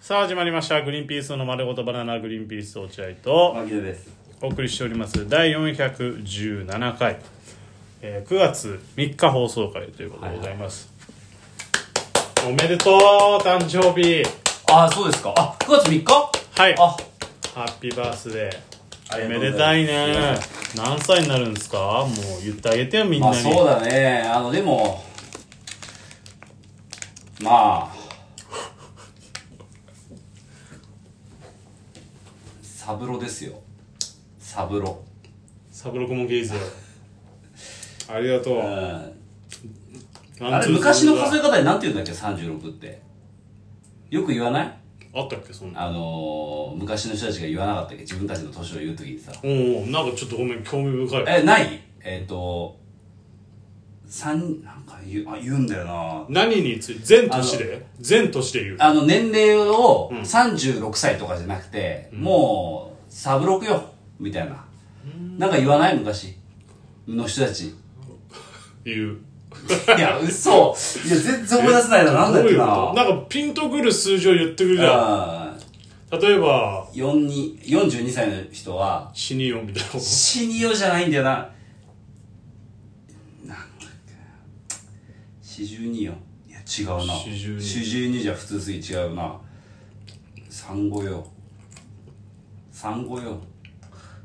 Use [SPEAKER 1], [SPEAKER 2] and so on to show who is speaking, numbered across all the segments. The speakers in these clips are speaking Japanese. [SPEAKER 1] さあ始まりました「グリーンピースの丸ごとバナナグリーンピース落合」と
[SPEAKER 2] 牧野です
[SPEAKER 1] お送りしております第417回、えー9月3日放送回ということでございます、おめでとう誕生日
[SPEAKER 3] ああ、そうですか。あ、9月3日
[SPEAKER 1] はい
[SPEAKER 3] あ、
[SPEAKER 1] ハッピーバースデ
[SPEAKER 2] あ
[SPEAKER 1] ー
[SPEAKER 2] り
[SPEAKER 1] お
[SPEAKER 2] がと
[SPEAKER 1] め
[SPEAKER 2] うございます
[SPEAKER 1] でたいね何歳になるんですかもう言ってあげてよみん
[SPEAKER 2] ま
[SPEAKER 1] な
[SPEAKER 2] あ
[SPEAKER 1] に、
[SPEAKER 2] そうだねあのでもまあサブロですよサブロ
[SPEAKER 1] サブロクモンゲイズ ありがとう、
[SPEAKER 2] うん
[SPEAKER 1] ワンツー
[SPEAKER 2] あれ
[SPEAKER 1] スリー
[SPEAKER 2] 昔の数え方でなんて言うんだっけ36ってよく言わない
[SPEAKER 1] あったっけそんな
[SPEAKER 2] あのー、昔の人たちが言わなかったっけ自分たちの年を言う時にさ
[SPEAKER 1] おおなんかちょっとごめん興味深い
[SPEAKER 2] えないえっ、と三なんか言うあ言うんだよな
[SPEAKER 1] 何について全年で全年で言う
[SPEAKER 2] あの、年齢を
[SPEAKER 1] ん
[SPEAKER 2] 36歳とかじゃなくて、もう、サブロクよ、みたいな。なんか言わない昔の人たち。い
[SPEAKER 1] 言う
[SPEAKER 2] や、嘘。いや、全然思い出せないな。なんだ
[SPEAKER 1] ど
[SPEAKER 2] っ
[SPEAKER 1] うい
[SPEAKER 2] け
[SPEAKER 1] う
[SPEAKER 2] な。
[SPEAKER 1] ことなんかピンとくる数字を言ってくるじゃん
[SPEAKER 2] あ
[SPEAKER 1] 例えば
[SPEAKER 2] ー42 42歳の人は、
[SPEAKER 1] 死によみたいなこと
[SPEAKER 2] 死にようじゃないんだよな。なんだっけ。四十二よ。いや、違うな。
[SPEAKER 1] 四十二
[SPEAKER 2] 四十二じゃ普通すぎ違うな。三五よ。三五よ。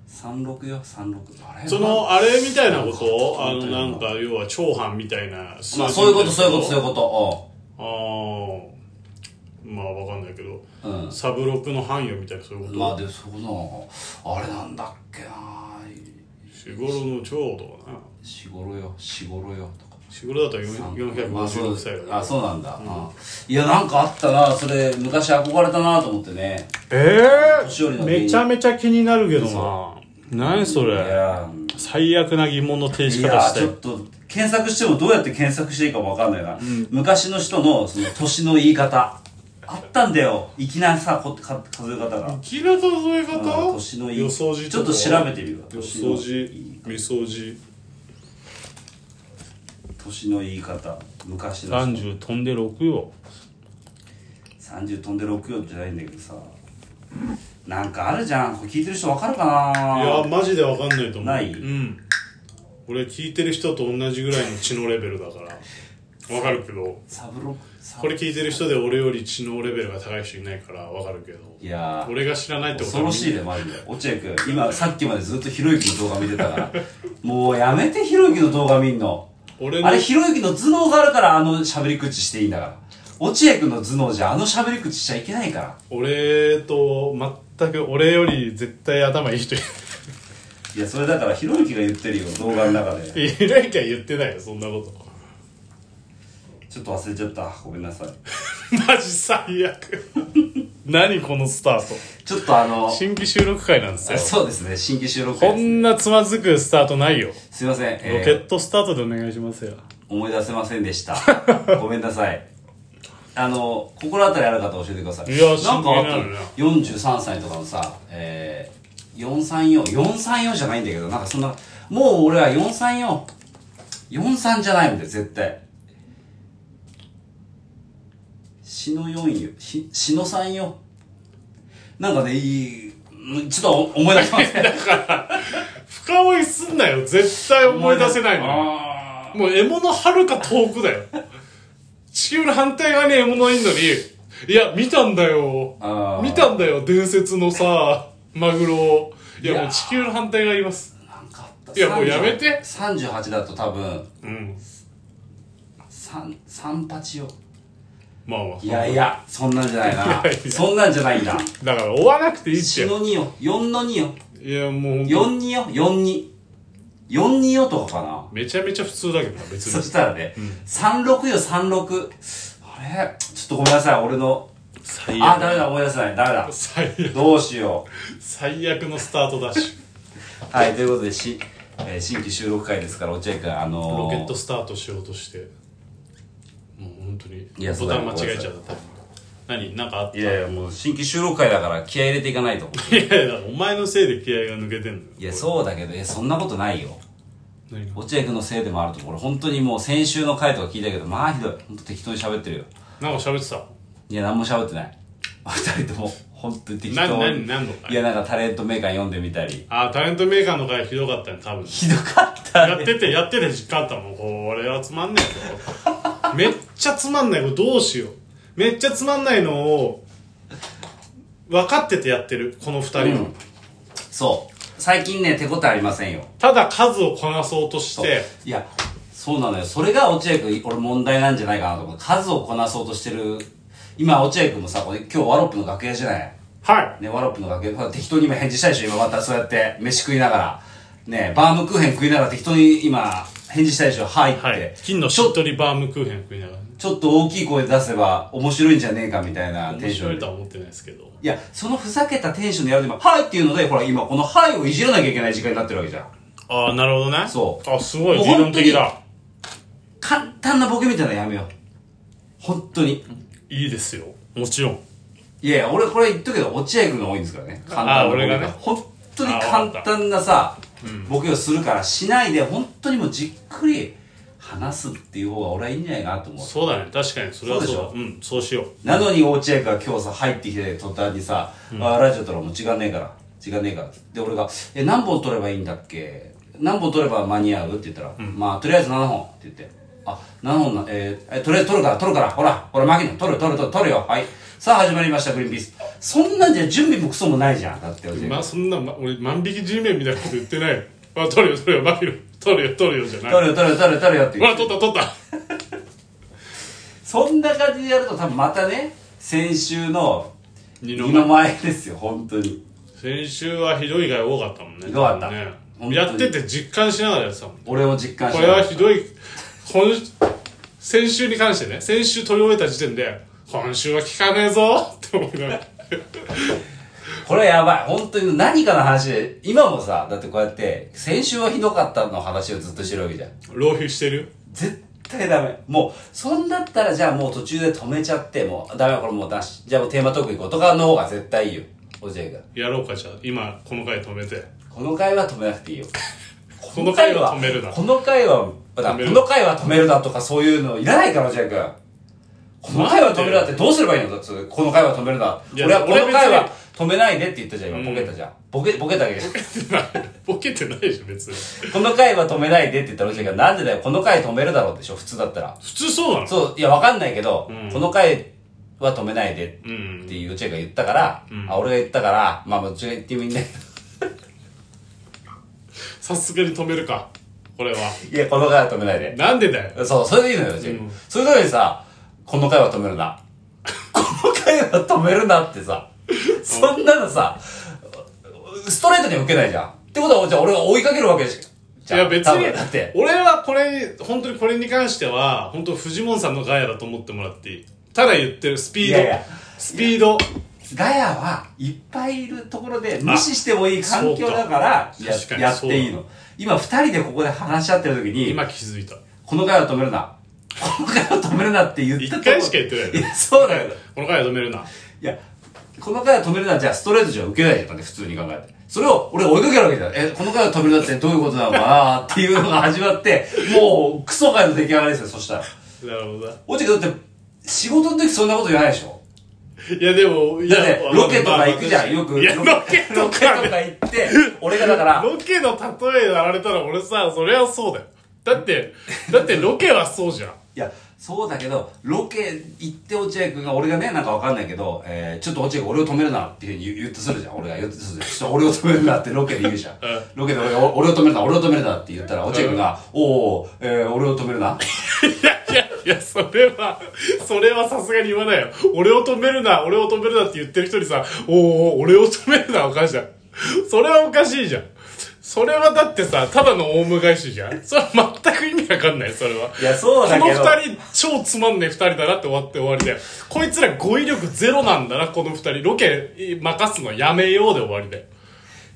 [SPEAKER 2] 三六よ、三六。あれ
[SPEAKER 1] そ、のあれみたいなこ
[SPEAKER 2] う
[SPEAKER 1] と
[SPEAKER 2] ん
[SPEAKER 1] あのなんか要は長藩みたいな数字
[SPEAKER 2] まあ、そういうこと、そういうこと、そういう
[SPEAKER 1] と
[SPEAKER 2] こ
[SPEAKER 1] ああまあわかんないけど
[SPEAKER 2] と。うん。
[SPEAKER 1] サブロクの範囲よみたいなそういうこと、
[SPEAKER 2] まあ、でも、そこの、あれなんだっけな。
[SPEAKER 1] 日頃の長とかな
[SPEAKER 2] 四五六よ、四五六よ、とか。
[SPEAKER 1] 日頃だと
[SPEAKER 2] まあそう
[SPEAKER 1] 456歳だから
[SPEAKER 2] あそうなんだ、あいやなんかあったなそれ昔憧れたなと思ってね
[SPEAKER 1] え
[SPEAKER 2] 年寄りの
[SPEAKER 1] めちゃめちゃ気になるけどな何そ
[SPEAKER 2] い
[SPEAKER 1] れ
[SPEAKER 2] や
[SPEAKER 1] 最悪な疑問の提
[SPEAKER 2] い
[SPEAKER 1] 示方
[SPEAKER 2] や
[SPEAKER 1] した
[SPEAKER 2] ちょ
[SPEAKER 1] よ
[SPEAKER 2] っと検索してもどうやって検索していいかもわかんないな、昔の人のその年の言い方あったんだよ粋なさこか数え方が
[SPEAKER 1] 気な数え方
[SPEAKER 2] うん年のいい
[SPEAKER 1] 予想時
[SPEAKER 2] ちょっと調べてみるわ
[SPEAKER 1] 予想時未掃時
[SPEAKER 2] 年の言い方昔の人
[SPEAKER 1] 30飛んで6よ
[SPEAKER 2] 30飛んで6よじゃないんだけどさなんかあるじゃんこれ聞いてる人わかるかない
[SPEAKER 1] やマジで分かんないと思う
[SPEAKER 2] ない
[SPEAKER 1] うん俺聞いてる人と同じぐらいの知能レベルだから分かるけど
[SPEAKER 2] サブロサブ
[SPEAKER 1] これ聞いてる人で俺より知能レベルが高い人いないから分かるけど
[SPEAKER 2] いやー
[SPEAKER 1] 俺が知らないってこと
[SPEAKER 2] 恐ろしいねマジで落合君今さっきまでずっとひろゆきの動画見てたからもうやめてひろゆきの動画見んの
[SPEAKER 1] 俺の
[SPEAKER 2] あれひろゆきの頭脳があるからあの喋り口していいんだから落合君の頭脳じゃあの喋り口しちゃいけないから
[SPEAKER 1] 俺と全く俺より絶対頭いい人い
[SPEAKER 2] いやそれだからひろゆきが言ってるよ動画の中で
[SPEAKER 1] るいないきゃ言ってないよそんなこと
[SPEAKER 2] ちょっと忘れちゃったごめんなさい
[SPEAKER 1] マジ最悪何このスター
[SPEAKER 2] ちょっとあの
[SPEAKER 1] ト新規収録会なんですよ
[SPEAKER 2] そうですね新規収録会
[SPEAKER 1] こ
[SPEAKER 2] です
[SPEAKER 1] んなつまずくスタートないよ
[SPEAKER 2] すいません、
[SPEAKER 1] ロケ
[SPEAKER 2] え
[SPEAKER 1] ットスタートでお願いしますよ
[SPEAKER 2] ー、思い出せませんでした ごめんなさいあの心当たりある方教えてください
[SPEAKER 1] いや
[SPEAKER 2] なんかあっ
[SPEAKER 1] 真剣に
[SPEAKER 2] た
[SPEAKER 1] なるな
[SPEAKER 2] 43歳とかのさえー、4344じゃないんだけどなんかそんなもう俺は434443じゃないもんで絶対死の4よし死の3よなんかねいいうんちょっと思い出します
[SPEAKER 1] 深追いすんなよ絶対 思い出せ ないのよ
[SPEAKER 2] あー
[SPEAKER 1] もう獲物はるか遠くだよ地球の反対側に獲物いんのにいや見たんだよ
[SPEAKER 2] あー
[SPEAKER 1] 見たんだよ伝説のさマグロをいや
[SPEAKER 2] いやー
[SPEAKER 1] もう地球の反対側います
[SPEAKER 2] なんかあった
[SPEAKER 1] いやもうやめて
[SPEAKER 2] 30 38だと多分
[SPEAKER 1] うん
[SPEAKER 2] 3 38よ
[SPEAKER 1] まあまあ
[SPEAKER 2] いやいやそんなんじゃないない
[SPEAKER 1] やいや
[SPEAKER 2] そんなんじゃないんだ
[SPEAKER 1] だから追わなくていいって
[SPEAKER 2] 1
[SPEAKER 1] よ
[SPEAKER 2] の2よ4の2よ
[SPEAKER 1] いやもう本当
[SPEAKER 2] 4によ424によとかかな
[SPEAKER 1] めちゃめちゃ普通だけどな別
[SPEAKER 2] そ
[SPEAKER 1] に
[SPEAKER 2] したらね、36よ36あれちょっとごめんなさい俺の
[SPEAKER 1] 最
[SPEAKER 2] あダメだ思い出せないダメだ
[SPEAKER 1] 最悪
[SPEAKER 2] どうしよ
[SPEAKER 1] 最悪のスタートダッシュ
[SPEAKER 2] うはいということでし、えー新規収録会ですから落合君あのー、
[SPEAKER 1] ロケットスタートしようとしてもう本当に
[SPEAKER 2] いや
[SPEAKER 1] ボ
[SPEAKER 2] そう
[SPEAKER 1] タ
[SPEAKER 2] だ
[SPEAKER 1] ン
[SPEAKER 2] よ
[SPEAKER 1] 間違えちゃった何なんかあった
[SPEAKER 2] いやいやもう新規収録会だから気合い入れていかないと
[SPEAKER 1] いやいやお前のせいで気合が抜けてんのよ
[SPEAKER 2] いやそうだけどいやそんなことないよ
[SPEAKER 1] 何が
[SPEAKER 2] 落合君のせいでもあると思う俺本当にもう先週の回とか聞いたけどまあひどい本当適当に喋ってるよ
[SPEAKER 1] なんか喋ってた
[SPEAKER 2] いや何も喋ってない二人とも本当に適当
[SPEAKER 1] な何何の回
[SPEAKER 2] いやなんかタレントメーカー読んでみたり
[SPEAKER 1] あータレントメーカーの回ひどかったね多分
[SPEAKER 2] ひどかった
[SPEAKER 1] やっててやってて実感あったもんこれはつまんねえぞめっちゃつまんないこれどうしようめっちゃつまんないのを分かっててやってるこの二人は、
[SPEAKER 2] うんそう最近ね手応えありませんよ
[SPEAKER 1] ただ数をこなそうとし
[SPEAKER 2] そう
[SPEAKER 1] て
[SPEAKER 2] いやそうなのよそれが落合君俺問題なんじゃないかなと思う数をこなそうとしてる今落合君もさこれ今日ワロップの楽屋じゃない
[SPEAKER 1] はい
[SPEAKER 2] ねワロップの楽屋ほら適当に今返事したでしょ今またそうやって飯食いながらねバームクーヘン食いながら適当に今返事したでしょはいって、
[SPEAKER 1] はい金のしっとりバームクーヘン食いながらね
[SPEAKER 2] ちょっと大きい声で出せば面白いんじゃねえかみたいなテ
[SPEAKER 1] 面
[SPEAKER 2] ンショ
[SPEAKER 1] 白い
[SPEAKER 2] ン
[SPEAKER 1] と
[SPEAKER 2] で
[SPEAKER 1] は思ってないですけど
[SPEAKER 2] いやそのふざけたテンションでやるでも「はい」っていうのでほら今この「はい」をいじらなきゃいけない時間になってるわけじゃん
[SPEAKER 1] ああなるほどね
[SPEAKER 2] そう
[SPEAKER 1] あすごい
[SPEAKER 2] もう
[SPEAKER 1] 理論的だ
[SPEAKER 2] 本簡単なボケみたいなのやめよう本当に
[SPEAKER 1] いいですよもちろん
[SPEAKER 2] いやいや俺これ言っとくけど落合君の多いんですからね簡単なボケ
[SPEAKER 1] 俺がね
[SPEAKER 2] 本当に
[SPEAKER 1] あ
[SPEAKER 2] 簡
[SPEAKER 1] わかった
[SPEAKER 2] 単なさボケをするからしないで本当にもうじっくり話すっていう方が俺はいいんじゃないかなと思う
[SPEAKER 1] そうだね確かにそれはそうだ
[SPEAKER 2] そう
[SPEAKER 1] う
[SPEAKER 2] で
[SPEAKER 1] んそうしよう
[SPEAKER 2] なのに落合が今日さ入ってきて途端にさ「あラジオ撮らもう時間ねえから時間ねえから」で俺が「え何本撮ればいいんだっけ何本撮れば間に合う?」って言ったら「まあとりあえず7本」って言って「あ7本なえーえとりあえず撮るから撮るからほらほらマキノ撮る撮る撮る撮るよはいさあ始まりましたグリーンピース」そんなんじゃ準備もクソもないじゃんだって落合
[SPEAKER 1] まあそんな、ま、俺万引き G メンみたいなこと言ってないよ。 まあ取るよ取るよマキロ取るよ取るよじゃない。
[SPEAKER 2] 撮るよ撮るよ撮るよ撮るよって
[SPEAKER 1] ほ
[SPEAKER 2] 言っ
[SPEAKER 1] ら
[SPEAKER 2] て
[SPEAKER 1] 取った取った。
[SPEAKER 2] そんな感じでやると多分またね先週の
[SPEAKER 1] 二
[SPEAKER 2] 二
[SPEAKER 1] の
[SPEAKER 2] の
[SPEAKER 1] 舞
[SPEAKER 2] 前ですよ本当に
[SPEAKER 1] 先週はひどいが多かったもんね。
[SPEAKER 2] ひどかった
[SPEAKER 1] ね
[SPEAKER 2] 本当。に
[SPEAKER 1] やってて実感しながらやってたもん。
[SPEAKER 2] 俺を実感し
[SPEAKER 1] こ
[SPEAKER 2] て
[SPEAKER 1] れはひどい。今先週に関してね、先週取り終えた時点で、今週は聞かねえぞって思いながら。
[SPEAKER 2] これやばい。本当に何かの話で、今もさ、だってこうやって、先週はひどかったの話をずっとしてるわけじゃん。
[SPEAKER 1] 浪費してるよ。
[SPEAKER 2] 絶対ダメ。もう、そんだったらじゃあもう途中で止めちゃって、もう、ダメこれもう出し、じゃあもうテーマトーク行こうとかの方が絶対いいよ。おじいが。
[SPEAKER 1] やろうかじゃあ、今この回止めて。
[SPEAKER 2] この回は止めなくていいよ。
[SPEAKER 1] この回は止めるな
[SPEAKER 2] この回は、だ
[SPEAKER 1] 止
[SPEAKER 2] こ
[SPEAKER 1] める
[SPEAKER 2] の回は止めるだとかそういうのいらないから、おじい君。この回は止めるだってどうすればいいのだって、この回は止めるだ。
[SPEAKER 1] いや
[SPEAKER 2] 俺はこ
[SPEAKER 1] 俺別
[SPEAKER 2] の
[SPEAKER 1] に
[SPEAKER 2] 回は止めないでって言ったじゃん、今、ボケたじゃん。ボケ、ボケたけど。
[SPEAKER 1] ボケてないでしょ、別に。
[SPEAKER 2] この回は止めないでって言ったら落合が、なんでだよ、この回止めるだろうでしょ、普通だったら。
[SPEAKER 1] 普通そうなの
[SPEAKER 2] そう、いや、わかんないけど、
[SPEAKER 1] うん
[SPEAKER 2] この回は止めないで
[SPEAKER 1] う
[SPEAKER 2] っ
[SPEAKER 1] ん。
[SPEAKER 2] ていう落合が言ったから、
[SPEAKER 1] うん
[SPEAKER 2] あ、俺が言ったから、まあ、まあ、落合が言ってみんな、い
[SPEAKER 1] さすがに止めるか。これは。
[SPEAKER 2] や、この回は止めないで。
[SPEAKER 1] なんでだよ。
[SPEAKER 2] そう、それでいいのよ、落合。
[SPEAKER 1] うん
[SPEAKER 2] それなのにさ、この回は止めるな。この回は止めるなってさ、そんなのさ、ストレートには受けないじゃん。ってことは、じゃあ俺が追いかけるわけじゃん。
[SPEAKER 1] いや別
[SPEAKER 2] 多分だっ
[SPEAKER 1] に
[SPEAKER 2] て、。
[SPEAKER 1] 俺はこれ、本当にこれに関しては、本当フジモンさんのガヤだと思ってもらっていい。ただ言ってる、スピード。
[SPEAKER 2] いやいや
[SPEAKER 1] スピード。
[SPEAKER 2] ガヤはいっぱいいるところで無視してもいい環境だから
[SPEAKER 1] そうか
[SPEAKER 2] や
[SPEAKER 1] 確かに
[SPEAKER 2] やっていい
[SPEAKER 1] そう
[SPEAKER 2] の。今二人でここで話し合ってる時に、
[SPEAKER 1] 今気づいた。
[SPEAKER 2] このガヤを止めるな。このガヤを止めるなって言ったとこ
[SPEAKER 1] 一回しか言ってないよ
[SPEAKER 2] いや、そうだよ。い
[SPEAKER 1] このガヤ止めるな。
[SPEAKER 2] や、このガヤを止めるなじゃあストレートじゃ受けないじゃんだって普通に考えて。それを俺が追いかけるわけじゃん。え、このガヤを止めるなってどういうことなのかなっていうのが始まって、もうクソガヤの出来上がりですよ、そしたら。
[SPEAKER 1] なるほどな。
[SPEAKER 2] おじくだって仕事の時そんなこと言わないでしょ
[SPEAKER 1] いやでも、い
[SPEAKER 2] だ
[SPEAKER 1] や
[SPEAKER 2] って、ロケとか行くじゃん、よく。
[SPEAKER 1] いや、ロケ
[SPEAKER 2] ロ
[SPEAKER 1] と
[SPEAKER 2] ケと
[SPEAKER 1] か
[SPEAKER 2] か
[SPEAKER 1] ね。
[SPEAKER 2] 行って、俺がだから、
[SPEAKER 1] ロケの例えやられたら俺さ、それはそうだよ。だって、だってロケはそうじゃん。
[SPEAKER 2] いや、そうだけど、ロケ行って落合君が、俺がね、なんかわかんないけど、えー、ちょっと落合君俺を止めるなっていうふうに言言ってするじゃん、俺が言ってするじゃん。ちょっと俺を止めるなってロケで言うじゃん。ロケで俺がお俺を止めるな、俺を止めるなって言ったら、落合君が、おうおう、えー、俺を止めるな。
[SPEAKER 1] いやいやいや、それは、それはさすがに言わないよ。俺を止めるな、俺を止めるなって言ってる人にさ、おーおー、俺を止めるな、おかしいじゃん。それはおかしいじゃん。それはだってさ、ただのオウム返しじゃん。それは全く意味わかんない、それは。
[SPEAKER 2] いや、そうだけど。
[SPEAKER 1] この二人、超つまんねえ二人だなって終わって終わりだよ。こいつら語彙力ゼロなんだな、この二人。ロケ任すのやめようで終わりだよ。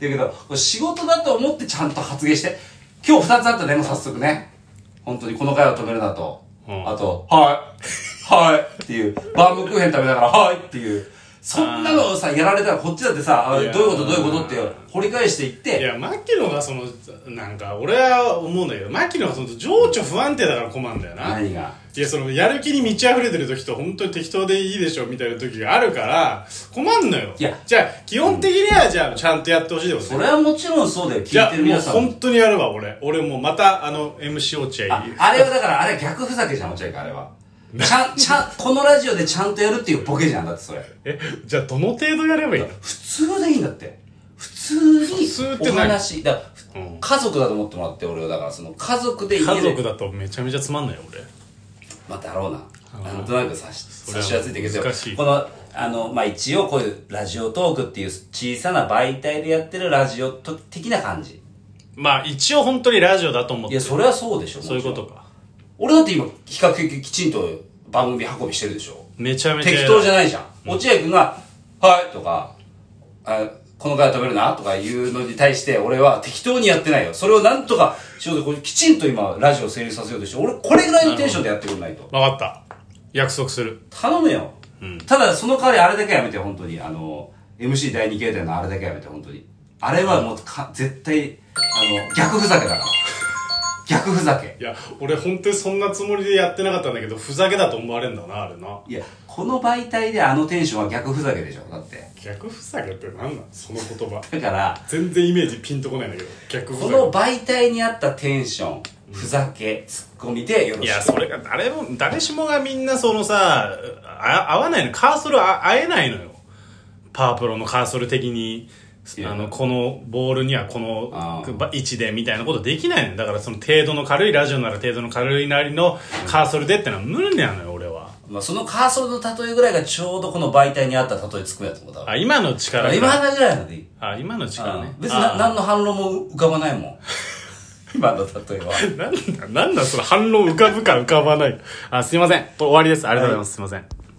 [SPEAKER 2] だけど、これ仕事だと思ってちゃんと発言して、今日二つあったね、もう早速ね。本当にこの回は止めるなと。
[SPEAKER 1] うん
[SPEAKER 2] あと、はい、はいっていう、バームクーヘン食べながら、はいっていう、そんなのをさやられたらこっちだってさあどう
[SPEAKER 1] い
[SPEAKER 2] いう
[SPEAKER 1] や
[SPEAKER 2] ことどういうことって掘り返していっ
[SPEAKER 1] い
[SPEAKER 2] て
[SPEAKER 1] や、牧野がその、なんか、俺は思うんだけど、牧野はその、情緒不安定だから困るんだよな。
[SPEAKER 2] 何が
[SPEAKER 1] いや、その、やる気に満ち溢れてる時と、本当に適当でいいでしょ、みたいな時があるから、困んのよ。
[SPEAKER 2] いや
[SPEAKER 1] じゃあ、基本的には、じゃあ、ちゃんとやってほしいってこと
[SPEAKER 2] それはもちろんそうだよ聞
[SPEAKER 1] じゃ
[SPEAKER 2] い
[SPEAKER 1] あ、
[SPEAKER 2] てる皆
[SPEAKER 1] もう
[SPEAKER 2] さんも
[SPEAKER 1] 本当にやるわ、俺。俺もうまた、あの、MC 落合
[SPEAKER 2] あ。あれはだからあれは逆ふざけじゃん落合君あ れはちゃんちゃんこのラジオでちゃんとやるっていうボケじゃんだってそれ
[SPEAKER 1] え、じゃあ、どの程度やればいいの
[SPEAKER 2] 普通でいいんだって普通
[SPEAKER 1] 普通って
[SPEAKER 2] に
[SPEAKER 1] 何
[SPEAKER 2] お話だから、
[SPEAKER 1] うん
[SPEAKER 2] 家族だと思ってもらって俺はだからその家族で家で
[SPEAKER 1] 家族だとめちゃめちゃつまんないよ、俺。
[SPEAKER 2] まあだろうななんとなくさし
[SPEAKER 1] れは
[SPEAKER 2] 差しはついてるけど
[SPEAKER 1] 難しい
[SPEAKER 2] このあのまあ一応こういうラジオトークっていう小さな媒体でやってるラジオと的な感じ
[SPEAKER 1] まあ、一応本当にラジオだと思っ
[SPEAKER 2] い
[SPEAKER 1] て
[SPEAKER 2] や。それはそうでしょ
[SPEAKER 1] そういうこ
[SPEAKER 2] もちろ
[SPEAKER 1] と
[SPEAKER 2] ん
[SPEAKER 1] か。
[SPEAKER 2] 俺だって今比較的きちんと番組運びしてるでしょ
[SPEAKER 1] めちゃめちゃ。
[SPEAKER 2] 適当じゃ
[SPEAKER 1] ない。
[SPEAKER 2] ないじゃん。落合君が、はいとか、あこの回は食べるなとか言うのに対して、俺は適当にやってないよ。それをなんとかしようと、これきちんと今、ラジオ成立させようとして、俺これぐらいのテンションでやってくんないと。
[SPEAKER 1] わかった。約束する。
[SPEAKER 2] 頼むよ。ただ、その代わりあれだけはやめて、本当に。あの、MC 第2形態のあれだけはやめて、本当に。あれはもうか、絶対、あの、逆ふざけだから。逆ふざけ。
[SPEAKER 1] いや、俺本当にそんなつもりでやってなかったんだけど、ふざけだと思われんだな、あれな。
[SPEAKER 2] いや、この媒体であのテンションは逆ふざけでしょ、だって。
[SPEAKER 1] 逆ふざけって何なんその言葉。
[SPEAKER 2] だから、
[SPEAKER 1] 全然イメージピンとこないんだけど、逆ふざ
[SPEAKER 2] こ
[SPEAKER 1] け。
[SPEAKER 2] の媒体に合ったテンション、ふざけ、ツッコミでよろ
[SPEAKER 1] い
[SPEAKER 2] しい。
[SPEAKER 1] や、それが誰も、誰しもがみんなそのさ、あ合わないの、カーソルあ合えないのよ。パワープロのカーソル的に、
[SPEAKER 2] いや
[SPEAKER 1] あの、このボールにはこ
[SPEAKER 2] あー
[SPEAKER 1] の位置でみたいなことできないのだからその程度の軽いラジオなら程度の軽いなりのカーソルでってのは無理なのよ、俺は。
[SPEAKER 2] まあ、そのカーソルの例えぐらいがちょうどこの媒体に合った例えツッコミだと思う。多分
[SPEAKER 1] あ、今の
[SPEAKER 2] だか
[SPEAKER 1] 力
[SPEAKER 2] ら
[SPEAKER 1] が
[SPEAKER 2] 今話ぐらいのでいい。
[SPEAKER 1] あ、今の力ね
[SPEAKER 2] うん。別にな
[SPEAKER 1] あー
[SPEAKER 2] 何の反論も浮かばないも ん。今の例えは。
[SPEAKER 1] なんだ、なんだその反論浮かぶか浮かばないか。あ、すいません。これ終わりです。ありがとうございます。すいません。